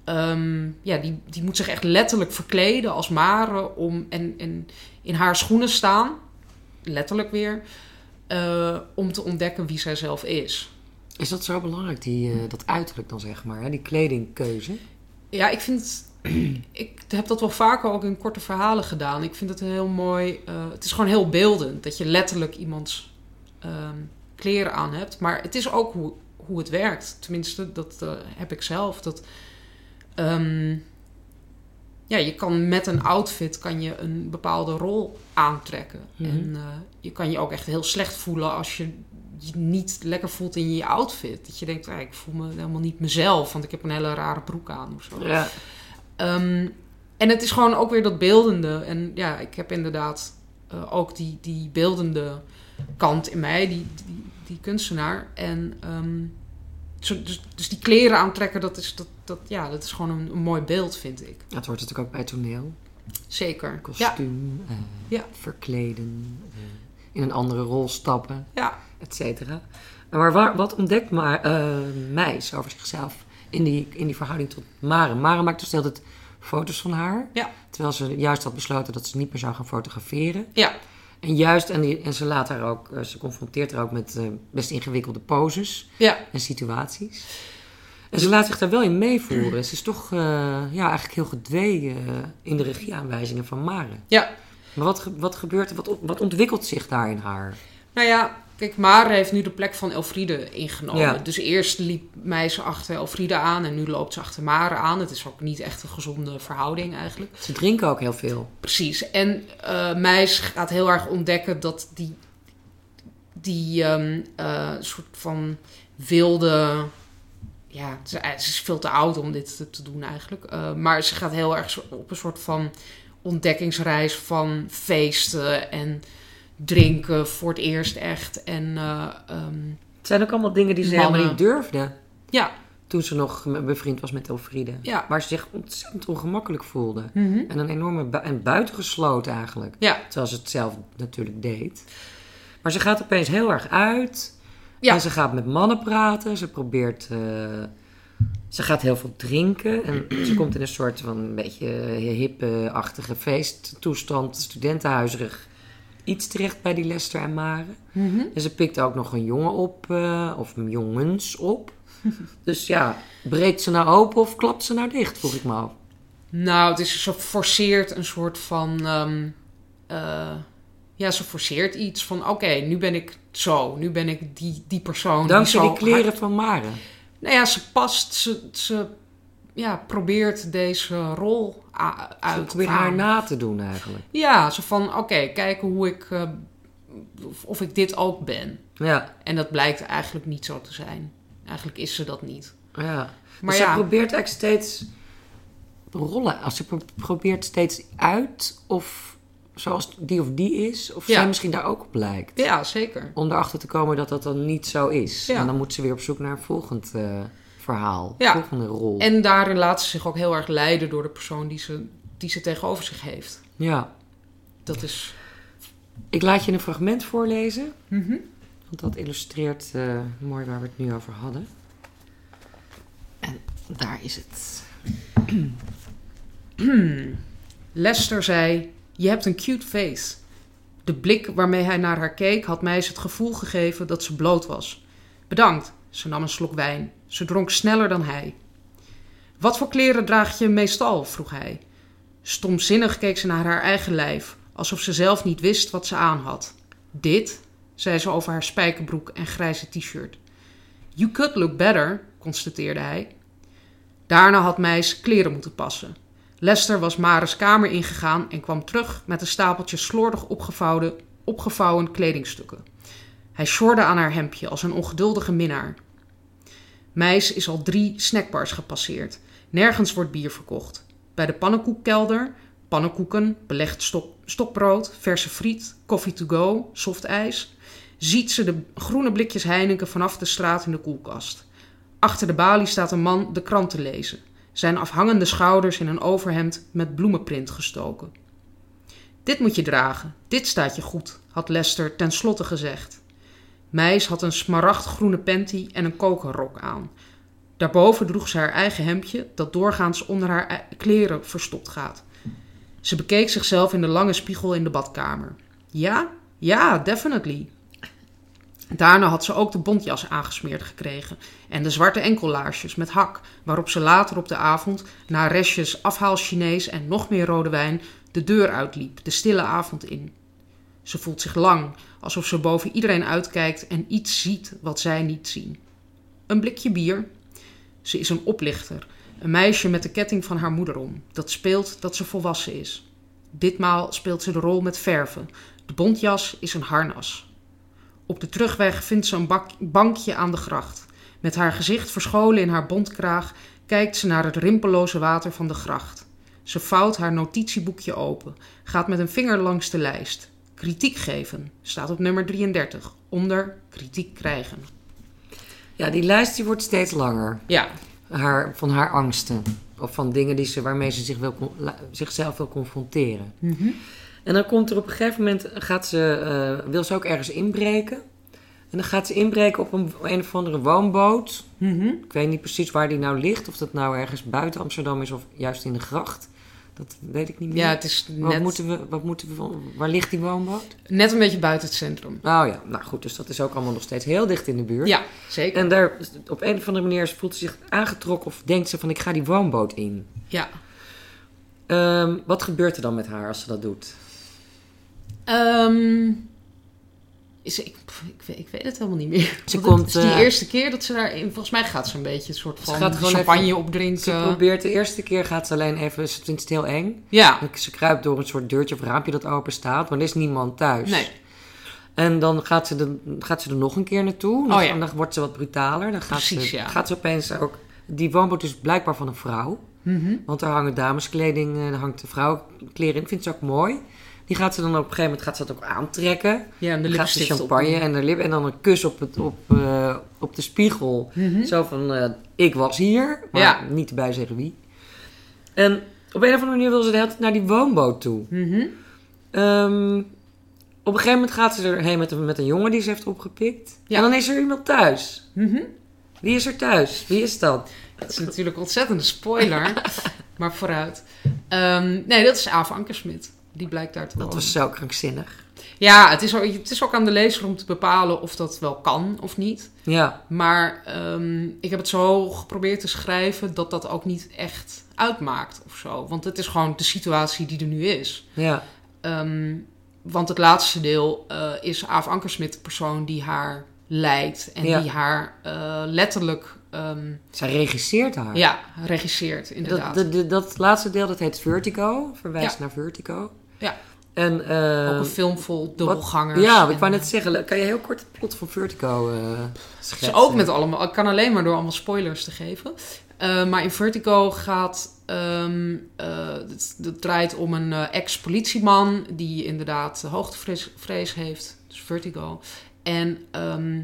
B: Ehm, ja, die, die moet zich echt letterlijk verkleden als Mare om, en, en in haar schoenen staan, letterlijk weer, eh, om te ontdekken wie zij zelf is.
A: Is dat zo belangrijk, die, eh, dat uiterlijk dan zeg maar, hè? die kledingkeuze?
B: Ja, ik vind, ik heb dat wel vaker ook in korte verhalen gedaan. Ik vind het heel mooi, eh, het is gewoon heel beeldend dat je letterlijk iemands ehm, kleren aan hebt. Maar het is ook hoe, hoe het werkt. Tenminste, dat eh, heb ik zelf. Dat, ehm, ja, je kan met een outfit kan je een bepaalde rol aantrekken.
A: Mhm.
B: En eh, je kan je ook echt heel slecht voelen als je je niet lekker voelt in je outfit. Dat je denkt, "Ah, ik voel me helemaal niet mezelf, want ik heb een hele rare broek aan of zo.
A: Ja.
B: Ehm, en het is gewoon ook weer dat beeldende. En ja, ik heb inderdaad eh, ook die, die beeldende kant in mij, die, die, die kunstenaar. En ehm, zo, dus, dus die kleren aantrekken, dat is, dat, dat, ja, dat is gewoon een, een mooi beeld, vind ik.
A: Dat hoort natuurlijk ook bij toneel.
B: Zeker. Ja,
A: Kostuum, eh,
B: Ja.
A: verkleden, eh, in een andere rol stappen.
B: ja.
A: et cetera. Maar waar- wat ontdekt maar, Meis over zichzelf in die, in die verhouding tot Mare? Mare maakt dus altijd foto's van haar.
B: Ja.
A: Terwijl ze juist had besloten dat ze niet meer zou gaan fotograferen.
B: ja.
A: En juist, en, die, en ze laat haar ook, eh, ze confronteert haar ook met eh, best ingewikkelde poses
B: ja.
A: en situaties. En ze laat zich daar wel in meevoeren. Ze is toch eh, ja, eigenlijk heel gedwee eh, in de regieaanwijzingen van Mare.
B: Ja.
A: Maar wat, ge- wat gebeurt er, wat, on- wat ontwikkelt zich daar in haar?
B: Nou ja, kijk, Mare heeft nu de plek van Elfriede ingenomen.
A: Ja.
B: Dus eerst liep meisje achter Elfriede aan en nu loopt ze achter Mare aan. Het is ook niet echt een gezonde verhouding eigenlijk.
A: Ze drinken ook heel veel.
B: Precies. En eh Meis gaat heel erg ontdekken dat die, die ehm, eh, soort van wilde. Ja, ze, eh, ze is veel te oud om dit te, te doen eigenlijk. Eh, maar ze gaat heel erg zo- op een soort van ontdekkingsreis van feesten en drinken voor het eerst echt. En eh, ehm,
A: Het zijn ook allemaal dingen die ze
B: Mannen.
A: helemaal niet durfde.
B: Ja.
A: Toen ze nog me- bevriend was met Elfriede.
B: Ja.
A: Waar ze zich ontzettend ongemakkelijk voelde. En een enorme... bu- en buitengesloten eigenlijk.
B: ja,
A: Terwijl ze het zelf natuurlijk deed. Maar ze gaat opeens heel erg uit.
B: Ja.
A: En ze gaat met mannen praten. Ze probeert... eh, ze gaat heel veel drinken. En ze komt in een soort van een beetje hippe-achtige feesttoestand. Studentenhuizerig iets terecht bij die Lester en Mare. En ze pikt ook nog een jongen op, eh, of jongens op. dus ja, breekt ze nou open of klapt ze nou dicht, vroeg ik me af.
B: Nou, het is, ze forceert een soort van. ehm, eh, ja, ze forceert iets van: oké, nu ben ik zo. Nu ben ik die, die persoon. die
A: Dankzij
B: zo
A: die kleren
B: hard-
A: van Mare.
B: Nou ja, ze past, ze, ze ja, probeert deze rol a- uit
A: Ze
B: te
A: probeert haar
B: gaan.
A: na te doen eigenlijk.
B: Ja, zo van, oké, kijken hoe ik, eh, of, of ik dit ook ben.
A: Ja,
B: En dat blijkt eigenlijk niet zo te zijn. Eigenlijk is ze dat niet.
A: ja. Maar
B: Maar
A: dus
B: ja,
A: ze probeert echt steeds rollen. Als ze pro- probeert steeds uit of zoals die of die is. Of
B: Ja.
A: zij misschien daar ook op lijkt.
B: ja, zeker.
A: Om erachter te komen dat dat dan niet zo is.
B: Ja.
A: En dan moet ze weer op zoek naar een volgend eh, verhaal.
B: Ja.
A: Volgende rol.
B: En daarin laat ze zich ook heel erg leiden door de persoon die ze, die ze tegenover zich heeft.
A: Ja.
B: Dat is...
A: Ik laat je een fragment voorlezen. Want dat illustreert eh, mooi waar we het nu over hadden. En daar is het.
B: Lester zei: Je hebt een cute face. De blik waarmee hij naar haar keek had mij eens het gevoel gegeven dat ze bloot was. Bedankt, ze nam een slok wijn. Ze dronk sneller dan hij. Wat voor kleren draag je meestal? vroeg hij. Stomzinnig keek ze naar haar eigen lijf, alsof ze zelf niet wist wat ze aan had. Dit, zei ze over haar spijkerbroek en grijze t-shirt. You could look better, constateerde hij. Daarna had Meis kleren moeten passen. Lester was Mares kamer ingegaan en kwam terug met een stapeltje slordig opgevouwen, opgevouwen kledingstukken. Hij sjorde aan haar hemdje als een ongeduldige minnaar. Meis is al drie snackbars gepasseerd. Nergens wordt bier verkocht. Bij de pannenkoekkelder, pannenkoeken, belegd stok- stokbrood, verse friet, koffie to go, softijs, ziet ze de groene blikjes Heineken vanaf de straat in de koelkast. Achter de balie staat een man de krant te lezen, zijn afhangende schouders in een overhemd met bloemenprint gestoken. Dit moet je dragen, dit staat je goed, had Lester tenslotte gezegd. Meis had een smaragdgroene panty en een kokerrok aan. Daarboven droeg ze haar eigen hemdje, dat doorgaans onder haar ei- kleren verstopt gaat. Ze bekeek zichzelf in de lange spiegel in de badkamer. Ja, ja, definitely, Daarna had ze ook de bontjas aangesmeerd gekregen en de zwarte enkelaarsjes met hak, waarop ze later op de avond, na restjes afhaal Chinees en nog meer rode wijn, de deur uitliep, de stille avond in. Ze voelt zich lang, alsof ze boven iedereen uitkijkt en iets ziet wat zij niet zien. Een blikje bier. Ze is een oplichter, een meisje met de ketting van haar moeder om, dat speelt dat ze volwassen is. Ditmaal speelt ze de rol met verven. De bontjas is een harnas, op de terugweg vindt ze een bak- bankje aan de gracht. Met haar gezicht verscholen in haar bontkraag kijkt ze naar het rimpeloze water van de gracht. Ze vouwt haar notitieboekje open, gaat met een vinger langs de lijst. Kritiek geven staat op nummer 33, onder kritiek krijgen.
A: Ja, die lijst die wordt steeds langer.
B: Ja,
A: haar, van haar angsten. Of van dingen die ze, waarmee ze zich wil, con- la- zichzelf wil confronteren.
B: Mhm.
A: En dan komt er op een gegeven moment, gaat ze, eh, wil ze ook ergens inbreken. En dan gaat ze inbreken op een, een of andere woonboot.
B: Mhm.
A: Ik weet niet precies waar die nou ligt. Of dat nou ergens buiten Amsterdam is of juist in de gracht. Dat weet ik niet meer.
B: ja het is
A: wat
B: net,
A: moeten we, wat moeten we, van- waar ligt die woonboot?
B: net een beetje buiten het centrum.
A: Nou ja, nou goed, dus dat is ook allemaal nog steeds heel dicht in de buurt.
B: Ja, zeker.
A: En daar, op een of andere manier voelt ze zich aangetrokken of denkt ze van ik ga die woonboot in.
B: Ja.
A: Ehm, wat gebeurt er dan met haar als ze dat doet?
B: Ehm, is, ik, pff, ik, weet, ik weet het helemaal niet meer.
A: Ze
B: Want het
A: komt,
B: is die
A: eh,
B: eerste keer dat ze daarin... Volgens mij gaat ze een beetje een soort van
A: gaat gewoon
B: champagne
A: Ze
B: opdrinken.
A: probeert de eerste keer, gaat ze alleen even, ze vindt het heel eng.
B: Ja,
A: Ze kruipt door een soort deurtje of raampje dat open staat, maar er is niemand thuis.
B: nee.
A: En dan gaat ze, de, gaat ze er nog een keer naartoe.
B: Oh ja.
A: En dan wordt ze wat brutaler. Dan gaat
B: Precies,
A: ze,
B: ja.
A: gaat ze opeens ook. Die woonboot is blijkbaar van een vrouw. Want er hangen dameskleding, eh, er hangt de vrouwkleren in. Vindt ze ook mooi. Die gaat ze dan op een gegeven moment gaat ze dat ook aantrekken.
B: Ja, en de
A: Dan gaat ze
B: lipstift
A: champagne
B: op.
A: en de lip en dan een kus op, het, op, eh, op de spiegel. Zo van, eh, ik was hier, maar
B: Ja.
A: niet erbij zeggen wie. En Ehm, op een of andere manier wil ze de hele tijd naar die woonboot toe. Ehm, op een gegeven moment gaat ze erheen met een, met een jongen die ze heeft opgepikt.
B: Ja.
A: En dan is er iemand thuis. Wie is er thuis? Wie is dat?
B: Het Mhm. is natuurlijk een ontzettende spoiler. maar vooruit. Ehm, nee, dat is Aaf Ankersmit. Die blijkt daar
A: Dat
B: te wonen.
A: was zo krankzinnig.
B: Ja, het is, ook, het is ook aan de lezer om te bepalen of dat wel kan of niet.
A: Ja,
B: Maar ehm, ik heb het zo geprobeerd te schrijven dat dat ook niet echt uitmaakt of zo. Want het is gewoon de situatie die er nu is.
A: ja,
B: Ehm, want het laatste deel eh, is Aaf Ankersmit de persoon die haar leidt. En
A: Ja.
B: die haar eh, letterlijk ehm,
A: Zij regisseert haar.
B: ja, regisseert,
A: dat,
B: inderdaad.
A: dat, dat- dat laatste deel dat heet Vertigo, verwijst
B: Ja.
A: naar Vertigo.
B: Ja.
A: En, eh,
B: Ook een film vol dubbelgangers.
A: Ja, ik
B: en-
A: wou net zeggen, kan je heel kort het plot van Vertigo eh
B: Dus
A: schetsen?
B: ook met allemaal. Ik kan alleen maar door allemaal spoilers te geven. Eh, maar in Vertigo gaat. ehm, eh, het, het draait om een eh, ex-politieman. die inderdaad hoogtevrees vrees heeft. Dus Vertigo. En ehm,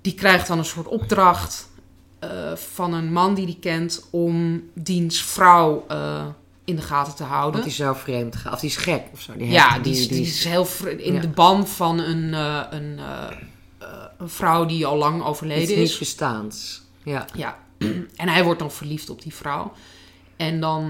B: die krijgt dan een soort opdracht. eh, van een man die die kent. om diens vrouw eh, in de gaten te houden.
A: Want die zou vreemd gaan. Of die is gek of zo. Die
B: Ja,
A: heeft-
B: die, is- die is heel vre- in
A: Ja.
B: de ban van een, eh, een, eh, eh, een vrouw die al lang
A: iets
B: overleden
A: niet
B: is.
A: bestaans. Ja,
B: Ja. En hij wordt dan verliefd op die vrouw. En dan.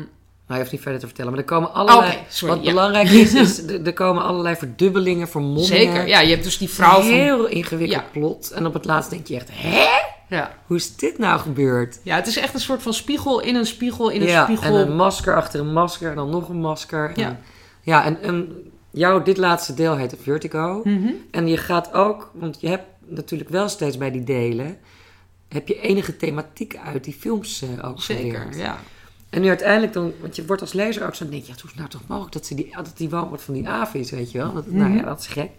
A: maar je hoeft niet verder te vertellen. Maar er komen allerlei...
B: Oh, Ah, Oké, sorry,
A: wat
B: ja.
A: belangrijk is, is er er komen allerlei verdubbelingen, vermommingen.
B: Zeker. Ja, je hebt dus die vrouw
A: Een
B: van.
A: heel ingewikkeld
B: Ja.
A: plot. En op het laatst denk je echt, hè?
B: Ja.
A: Hoe is dit nou gebeurd?
B: ja, het is echt een soort van spiegel in een spiegel in een
A: ja, en
B: spiegel.
A: een masker achter een masker en dan nog een masker. En-
B: Ja.
A: ja, en, en jouw dit laatste deel heet Vertigo.
B: Mhm.
A: En je gaat ook, want je hebt natuurlijk wel steeds bij die delen, heb je enige thematiek uit die films eh, ook
B: Zeker.
A: geleerd.
B: Ja.
A: En nu uiteindelijk dan, want je wordt als lezer ook zo, dan denk je, ja, hoe is het nou toch mogelijk dat, ze die, dat die woonwoord van die Aaf is, weet je wel? Dat,
B: Mhm.
A: Nou ja, dat is gek.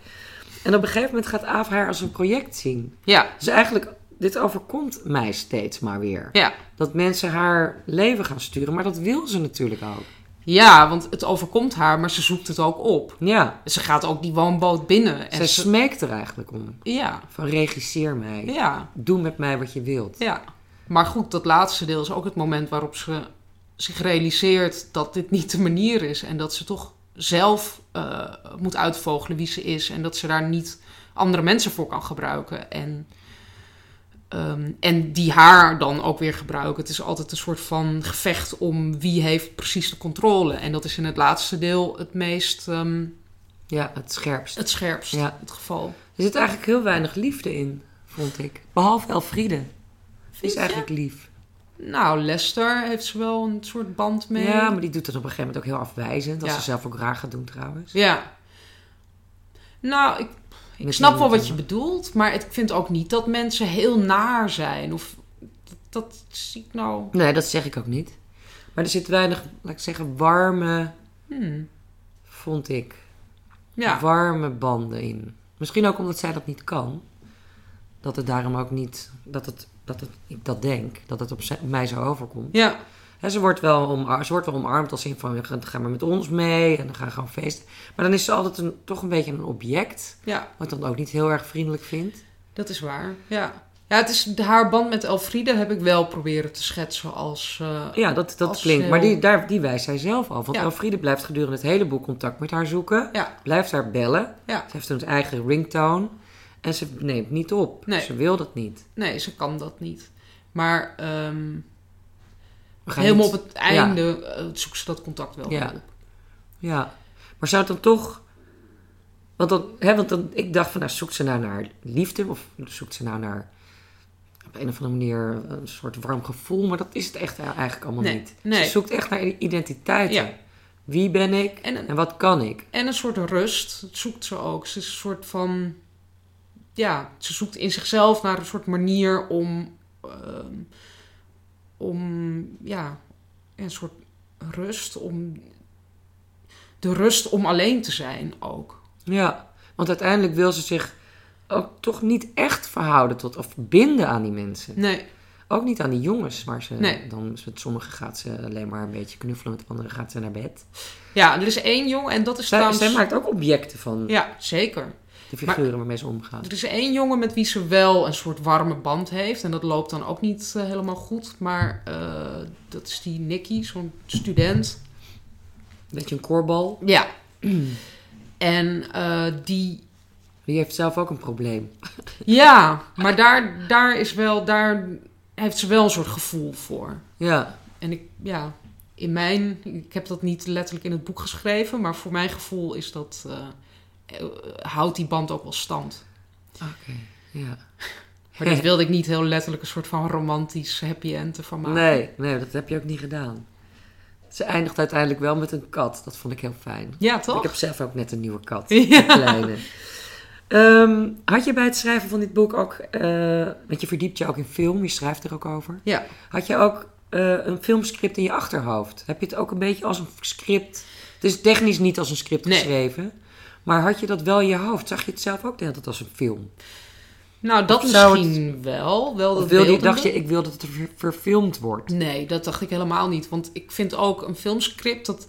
A: En op een gegeven moment gaat Aaf haar als een project zien.
B: ja,
A: Dus eigenlijk, dit overkomt mij steeds maar weer.
B: ja.
A: Dat mensen haar leven gaan sturen, maar dat wil ze natuurlijk ook.
B: Ja, want het overkomt haar, maar ze zoekt het ook op.
A: Ja,
B: Ze gaat ook die woonboot binnen. En
A: zij
B: ze-
A: smeekt er eigenlijk om.
B: ja,
A: Van regisseer mij,
B: ja.
A: doe met mij wat je wilt.
B: Ja, maar goed, dat laatste deel is ook het moment waarop ze zich realiseert dat dit niet de manier is. En dat ze toch zelf eh, moet uitvogelen wie ze is. En dat ze daar niet andere mensen voor kan gebruiken. En, ehm, en die haar dan ook weer gebruiken. Het is altijd een soort van gevecht om wie heeft precies de controle. En dat is in het laatste deel het meest, ehm,
A: Ja, het scherpst.
B: het scherpst,
A: Ja.
B: het geval.
A: Er zit eigenlijk heel weinig liefde in, vond ik. Behalve Elfriede. Die is
B: je?
A: eigenlijk lief.
B: Nou, Lester heeft ze wel een soort band mee.
A: Ja, maar die doet het op een gegeven moment ook heel afwijzend. Als
B: Ja.
A: ze zelf ook raar gaat doen trouwens.
B: Ja. Nou, ik, ik
A: Met
B: snap
A: die
B: wel wat je
A: moeite.
B: bedoelt, maar ik vind ook niet dat mensen heel naar zijn. Of dat zie ik nou.
A: Nee, dat zeg ik ook niet. Maar er zit weinig, laat ik zeggen, warme,
B: Hmm,
A: vond ik.
B: Ja.
A: warme banden in. Misschien ook omdat zij dat niet kan. Dat het daarom ook niet, dat, het, dat het, ik dat denk, dat het op, zij- op mij zo overkomt.
B: Ja.
A: Hè, ze, wordt wel omar- ze wordt wel omarmd als in van, ga ga maar met ons mee en dan gaan we gewoon feesten. Maar dan is ze altijd een, toch een beetje een object,
B: ja,
A: wat ik dan ook niet heel erg vriendelijk vind.
B: dat is waar. Ja. Ja, het is, haar band met Elfriede heb ik wel proberen te schetsen als... eh,
A: Ja, dat, dat
B: Als
A: klinkt.
B: heel-
A: Maar die, daar, die wijst zij zelf af. Want
B: Ja.
A: Elfriede blijft gedurende het hele boek contact met haar zoeken.
B: ja,
A: Blijft haar bellen.
B: ja,
A: Ze heeft een eigen ringtone. En ze neemt niet op.
B: Nee.
A: Ze wil dat niet.
B: nee, ze kan dat niet. Maar ehm,
A: We gaan
B: helemaal
A: niet-
B: op het einde eh, zoekt ze dat contact wel
A: Ja.
B: weer op.
A: Ja, maar zou het dan toch. Want, dan, hè, want dan, ik dacht van, nou, zoekt ze nou naar liefde? Of zoekt ze nou naar op een of andere manier een soort warm gevoel? Maar dat is het echt eigenlijk allemaal
B: Nee,
A: niet.
B: nee.
A: Ze zoekt echt naar identiteiten.
B: Ja.
A: Wie ben ik
B: En eh, een-
A: en wat kan ik?
B: En een soort rust dat zoekt ze ook. Ze is een soort van. Ja, ze zoekt in zichzelf naar een soort manier om. ehm, om. Ja, een soort rust. Om. De rust om alleen te zijn ook.
A: Ja, want uiteindelijk wil ze zich ook toch niet echt verhouden tot of binden aan die mensen.
B: Nee,
A: Ook niet aan die jongens, maar ze,
B: Nee.
A: dan, met sommigen gaat ze alleen maar een beetje knuffelen, met anderen gaat ze naar bed.
B: ja, er is één jongen en dat is
A: Zij,
B: trouwens.
A: zij maakt ook objecten van
B: Ja, zeker.
A: de figuren waarmee ze omgaan.
B: Er is één jongen met wie ze wel een soort warme band heeft. En dat loopt dan ook niet eh, helemaal goed. Maar eh, dat is die Nicky, zo'n student.
A: Beetje een korbal.
B: Ja. En eh, die.
A: Die heeft zelf ook een probleem.
B: Ja, maar daar, daar is wel. Daar heeft ze wel een soort gevoel voor.
A: Ja,
B: En ik, ja, in mijn. Ik heb dat niet letterlijk in het boek geschreven, maar voor mijn gevoel is dat. eh, eh, houdt die band ook wel stand.
A: oké. Ja.
B: Maar dit wilde ik niet heel letterlijk een soort van romantisch happy end ervan maken.
A: Nee, nee, dat heb je ook niet gedaan. Ze eindigt uiteindelijk wel met een kat. Dat vond ik heel fijn.
B: Ja, toch?
A: Ik heb zelf ook net een nieuwe kat.
B: Ja.
A: Een kleine. Ehm, had je bij het schrijven van dit boek ook, eh, want je verdiept je ook in film, je schrijft er ook over.
B: Ja.
A: Had je ook eh, een filmscript in je achterhoofd? Heb je het ook een beetje als een script? Het is technisch niet als een script
B: Nee.
A: geschreven, maar had je dat wel in je hoofd? Zag je het zelf ook de hele tijd als een film?
B: Nou, dat
A: Of zou het-
B: misschien wel. wel
A: Of
B: dat
A: wilde je,
B: beeldende.
A: dacht je, ik wil dat het ver- verfilmd wordt?
B: Nee, dat dacht ik helemaal niet. Want ik vind ook een filmscript dat.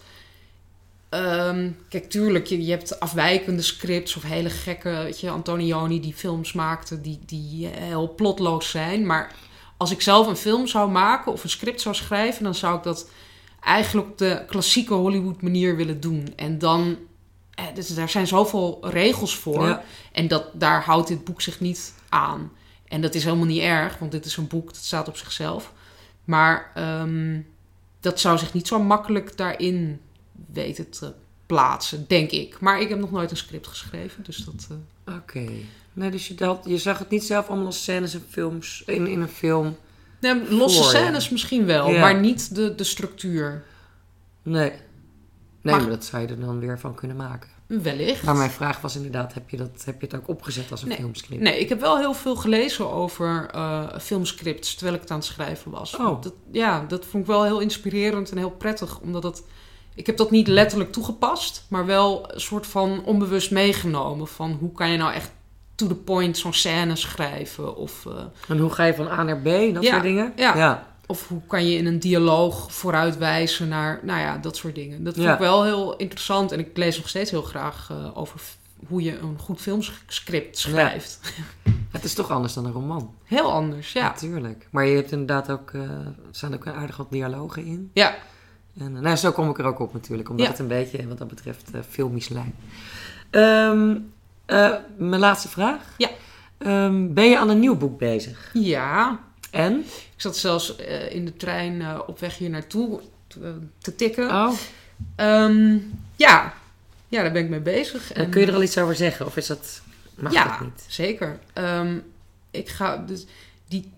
B: ehm, kijk, tuurlijk, je, je hebt afwijkende scripts of hele gekke. Weet je, Antonioni die films maakte die, die eh, heel plotloos zijn. Maar als ik zelf een film zou maken of een script zou schrijven, dan zou ik dat eigenlijk op de klassieke Hollywood manier willen doen. En dan. eh, dus daar zijn zoveel regels voor.
A: Ja.
B: En dat, daar houdt dit boek zich niet aan. En dat is helemaal niet erg, want dit is een boek dat staat op zichzelf. Maar ehm, dat zou zich niet zo makkelijk daarin weten te plaatsen, denk ik. Maar ik heb nog nooit een script geschreven, dus dat... eh,
A: Oké. Nee, dus je, dacht- je zag het niet zelf allemaal als scènes in, films, in, in een film?
B: nee, losse
A: Voor je.
B: scènes misschien wel,
A: Ja.
B: maar niet de, de structuur.
A: Nee. Nee,
B: Maar-
A: maar dat zou je er dan weer van kunnen maken.
B: Wellicht.
A: Nou, Maar mijn vraag was inderdaad, heb je, dat, heb je het ook opgezet als een
B: Nee,
A: filmscript?
B: Nee, ik heb wel heel veel gelezen over eh, filmscripts terwijl ik het aan het schrijven was.
A: Oh.
B: Dat, ja, dat vond ik wel heel inspirerend en heel prettig, omdat dat... Ik heb dat niet letterlijk toegepast, maar wel een soort van onbewust meegenomen van hoe kan je nou echt to the point zo'n scène schrijven of... eh,
A: En hoe ga je van A naar B en dat
B: Ja,
A: soort dingen?
B: ja. Of hoe kan je in een dialoog vooruitwijzen naar, nou ja, dat soort dingen. Dat vond
A: Ja.
B: ik wel heel interessant. En ik lees nog steeds heel graag eh, over f- hoe je een goed filmscript schrijft.
A: Het is toch anders dan een roman.
B: Heel anders, ja.
A: Natuurlijk. Maar je hebt inderdaad ook, eh, er staan ook aardig wat dialogen in.
B: Ja,
A: En eh, nou, zo kom ik er ook op natuurlijk. Omdat
B: Ja.
A: het een beetje, wat dat betreft, eh, filmisch lijkt. Ehm, eh, mijn laatste vraag.
B: Ja.
A: Ehm, ben je aan een nieuw boek bezig?
B: ja.
A: En?
B: Ik zat zelfs eh, in de trein eh, op weg hier naartoe te, te tikken.
A: Oh,
B: Ehm, ja. ja, daar ben ik mee bezig.
A: eh, kun je er al iets over zeggen? Of is dat, mag
B: ja,
A: dat niet?
B: zeker. Ehm, ik ga dus die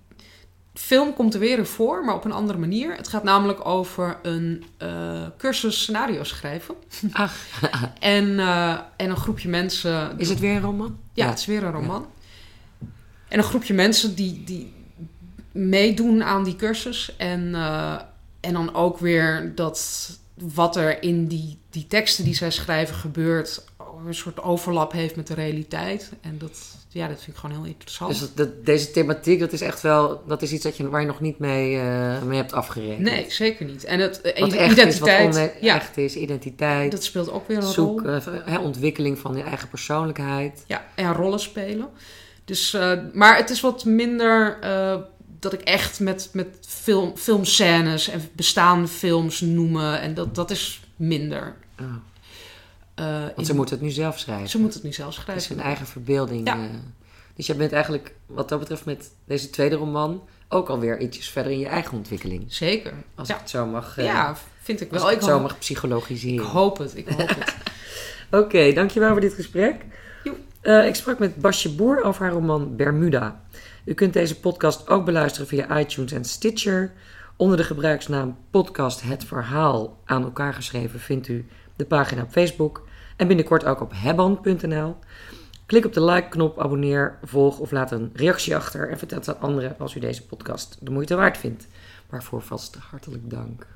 B: film komt er weer in voor, maar op een andere manier. Het gaat namelijk over een eh, cursus scenario schrijven.
A: Ach,
B: En, eh, en een groepje mensen.
A: is het weer een roman?
B: Ja, het is weer een roman. En een groepje mensen die, die meedoen aan die cursus. En, eh, en dan ook weer dat wat er in die, die teksten die zij schrijven gebeurt... een soort overlap heeft met de realiteit. En dat, ja, dat vind ik gewoon heel interessant.
A: Dus dat, dat- deze thematiek, dat is echt wel, dat is iets dat je, waar je nog niet mee, eh, mee hebt afgerekend.
B: nee, zeker niet. En het, eh,
A: Wat echt is, wat
B: identiteit,
A: onwe-
B: ja,
A: echt is, identiteit,
B: dat speelt ook weer een rol.
A: zoek, eh, hè, ontwikkeling van je eigen persoonlijkheid.
B: Ja, en rollen spelen. Dus, eh, maar het is wat minder eh, dat ik echt met, met film, filmscènes en bestaande films noemen. En dat, dat is minder.
A: Oh, want
B: eh, in-
A: ze moeten het nu zelf schrijven.
B: ze moet het nu zelf
A: Het is
B: schrijven.
A: hun eigen verbeelding.
B: Ja.
A: eh. dus je bent eigenlijk, wat dat betreft, met deze tweede roman ook alweer ietsjes verder in je eigen ontwikkeling.
B: Zeker.
A: Als
B: ja,
A: ik het zo mag, eh,
B: ja, vind ik
A: als
B: wel.
A: ik
B: Ik,
A: het zo
B: hoop,
A: mag psychologiseren.
B: ik hoop het. Ik hoop het.
A: Oké, dankjewel voor dit gesprek.
B: Joep.
A: Eh, ik sprak met Basje Boer over haar roman Bermuda. U kunt deze podcast ook beluisteren via iTunes en Stitcher. Onder de gebruiksnaam podcast Het Verhaal aan elkaar geschreven vindt u de pagina op Facebook en binnenkort ook op hebban.nl. Klik op de like-knop, abonneer, volg of laat een reactie achter en vertel het aan anderen als u deze podcast de moeite waard vindt. Waarvoor vast hartelijk dank.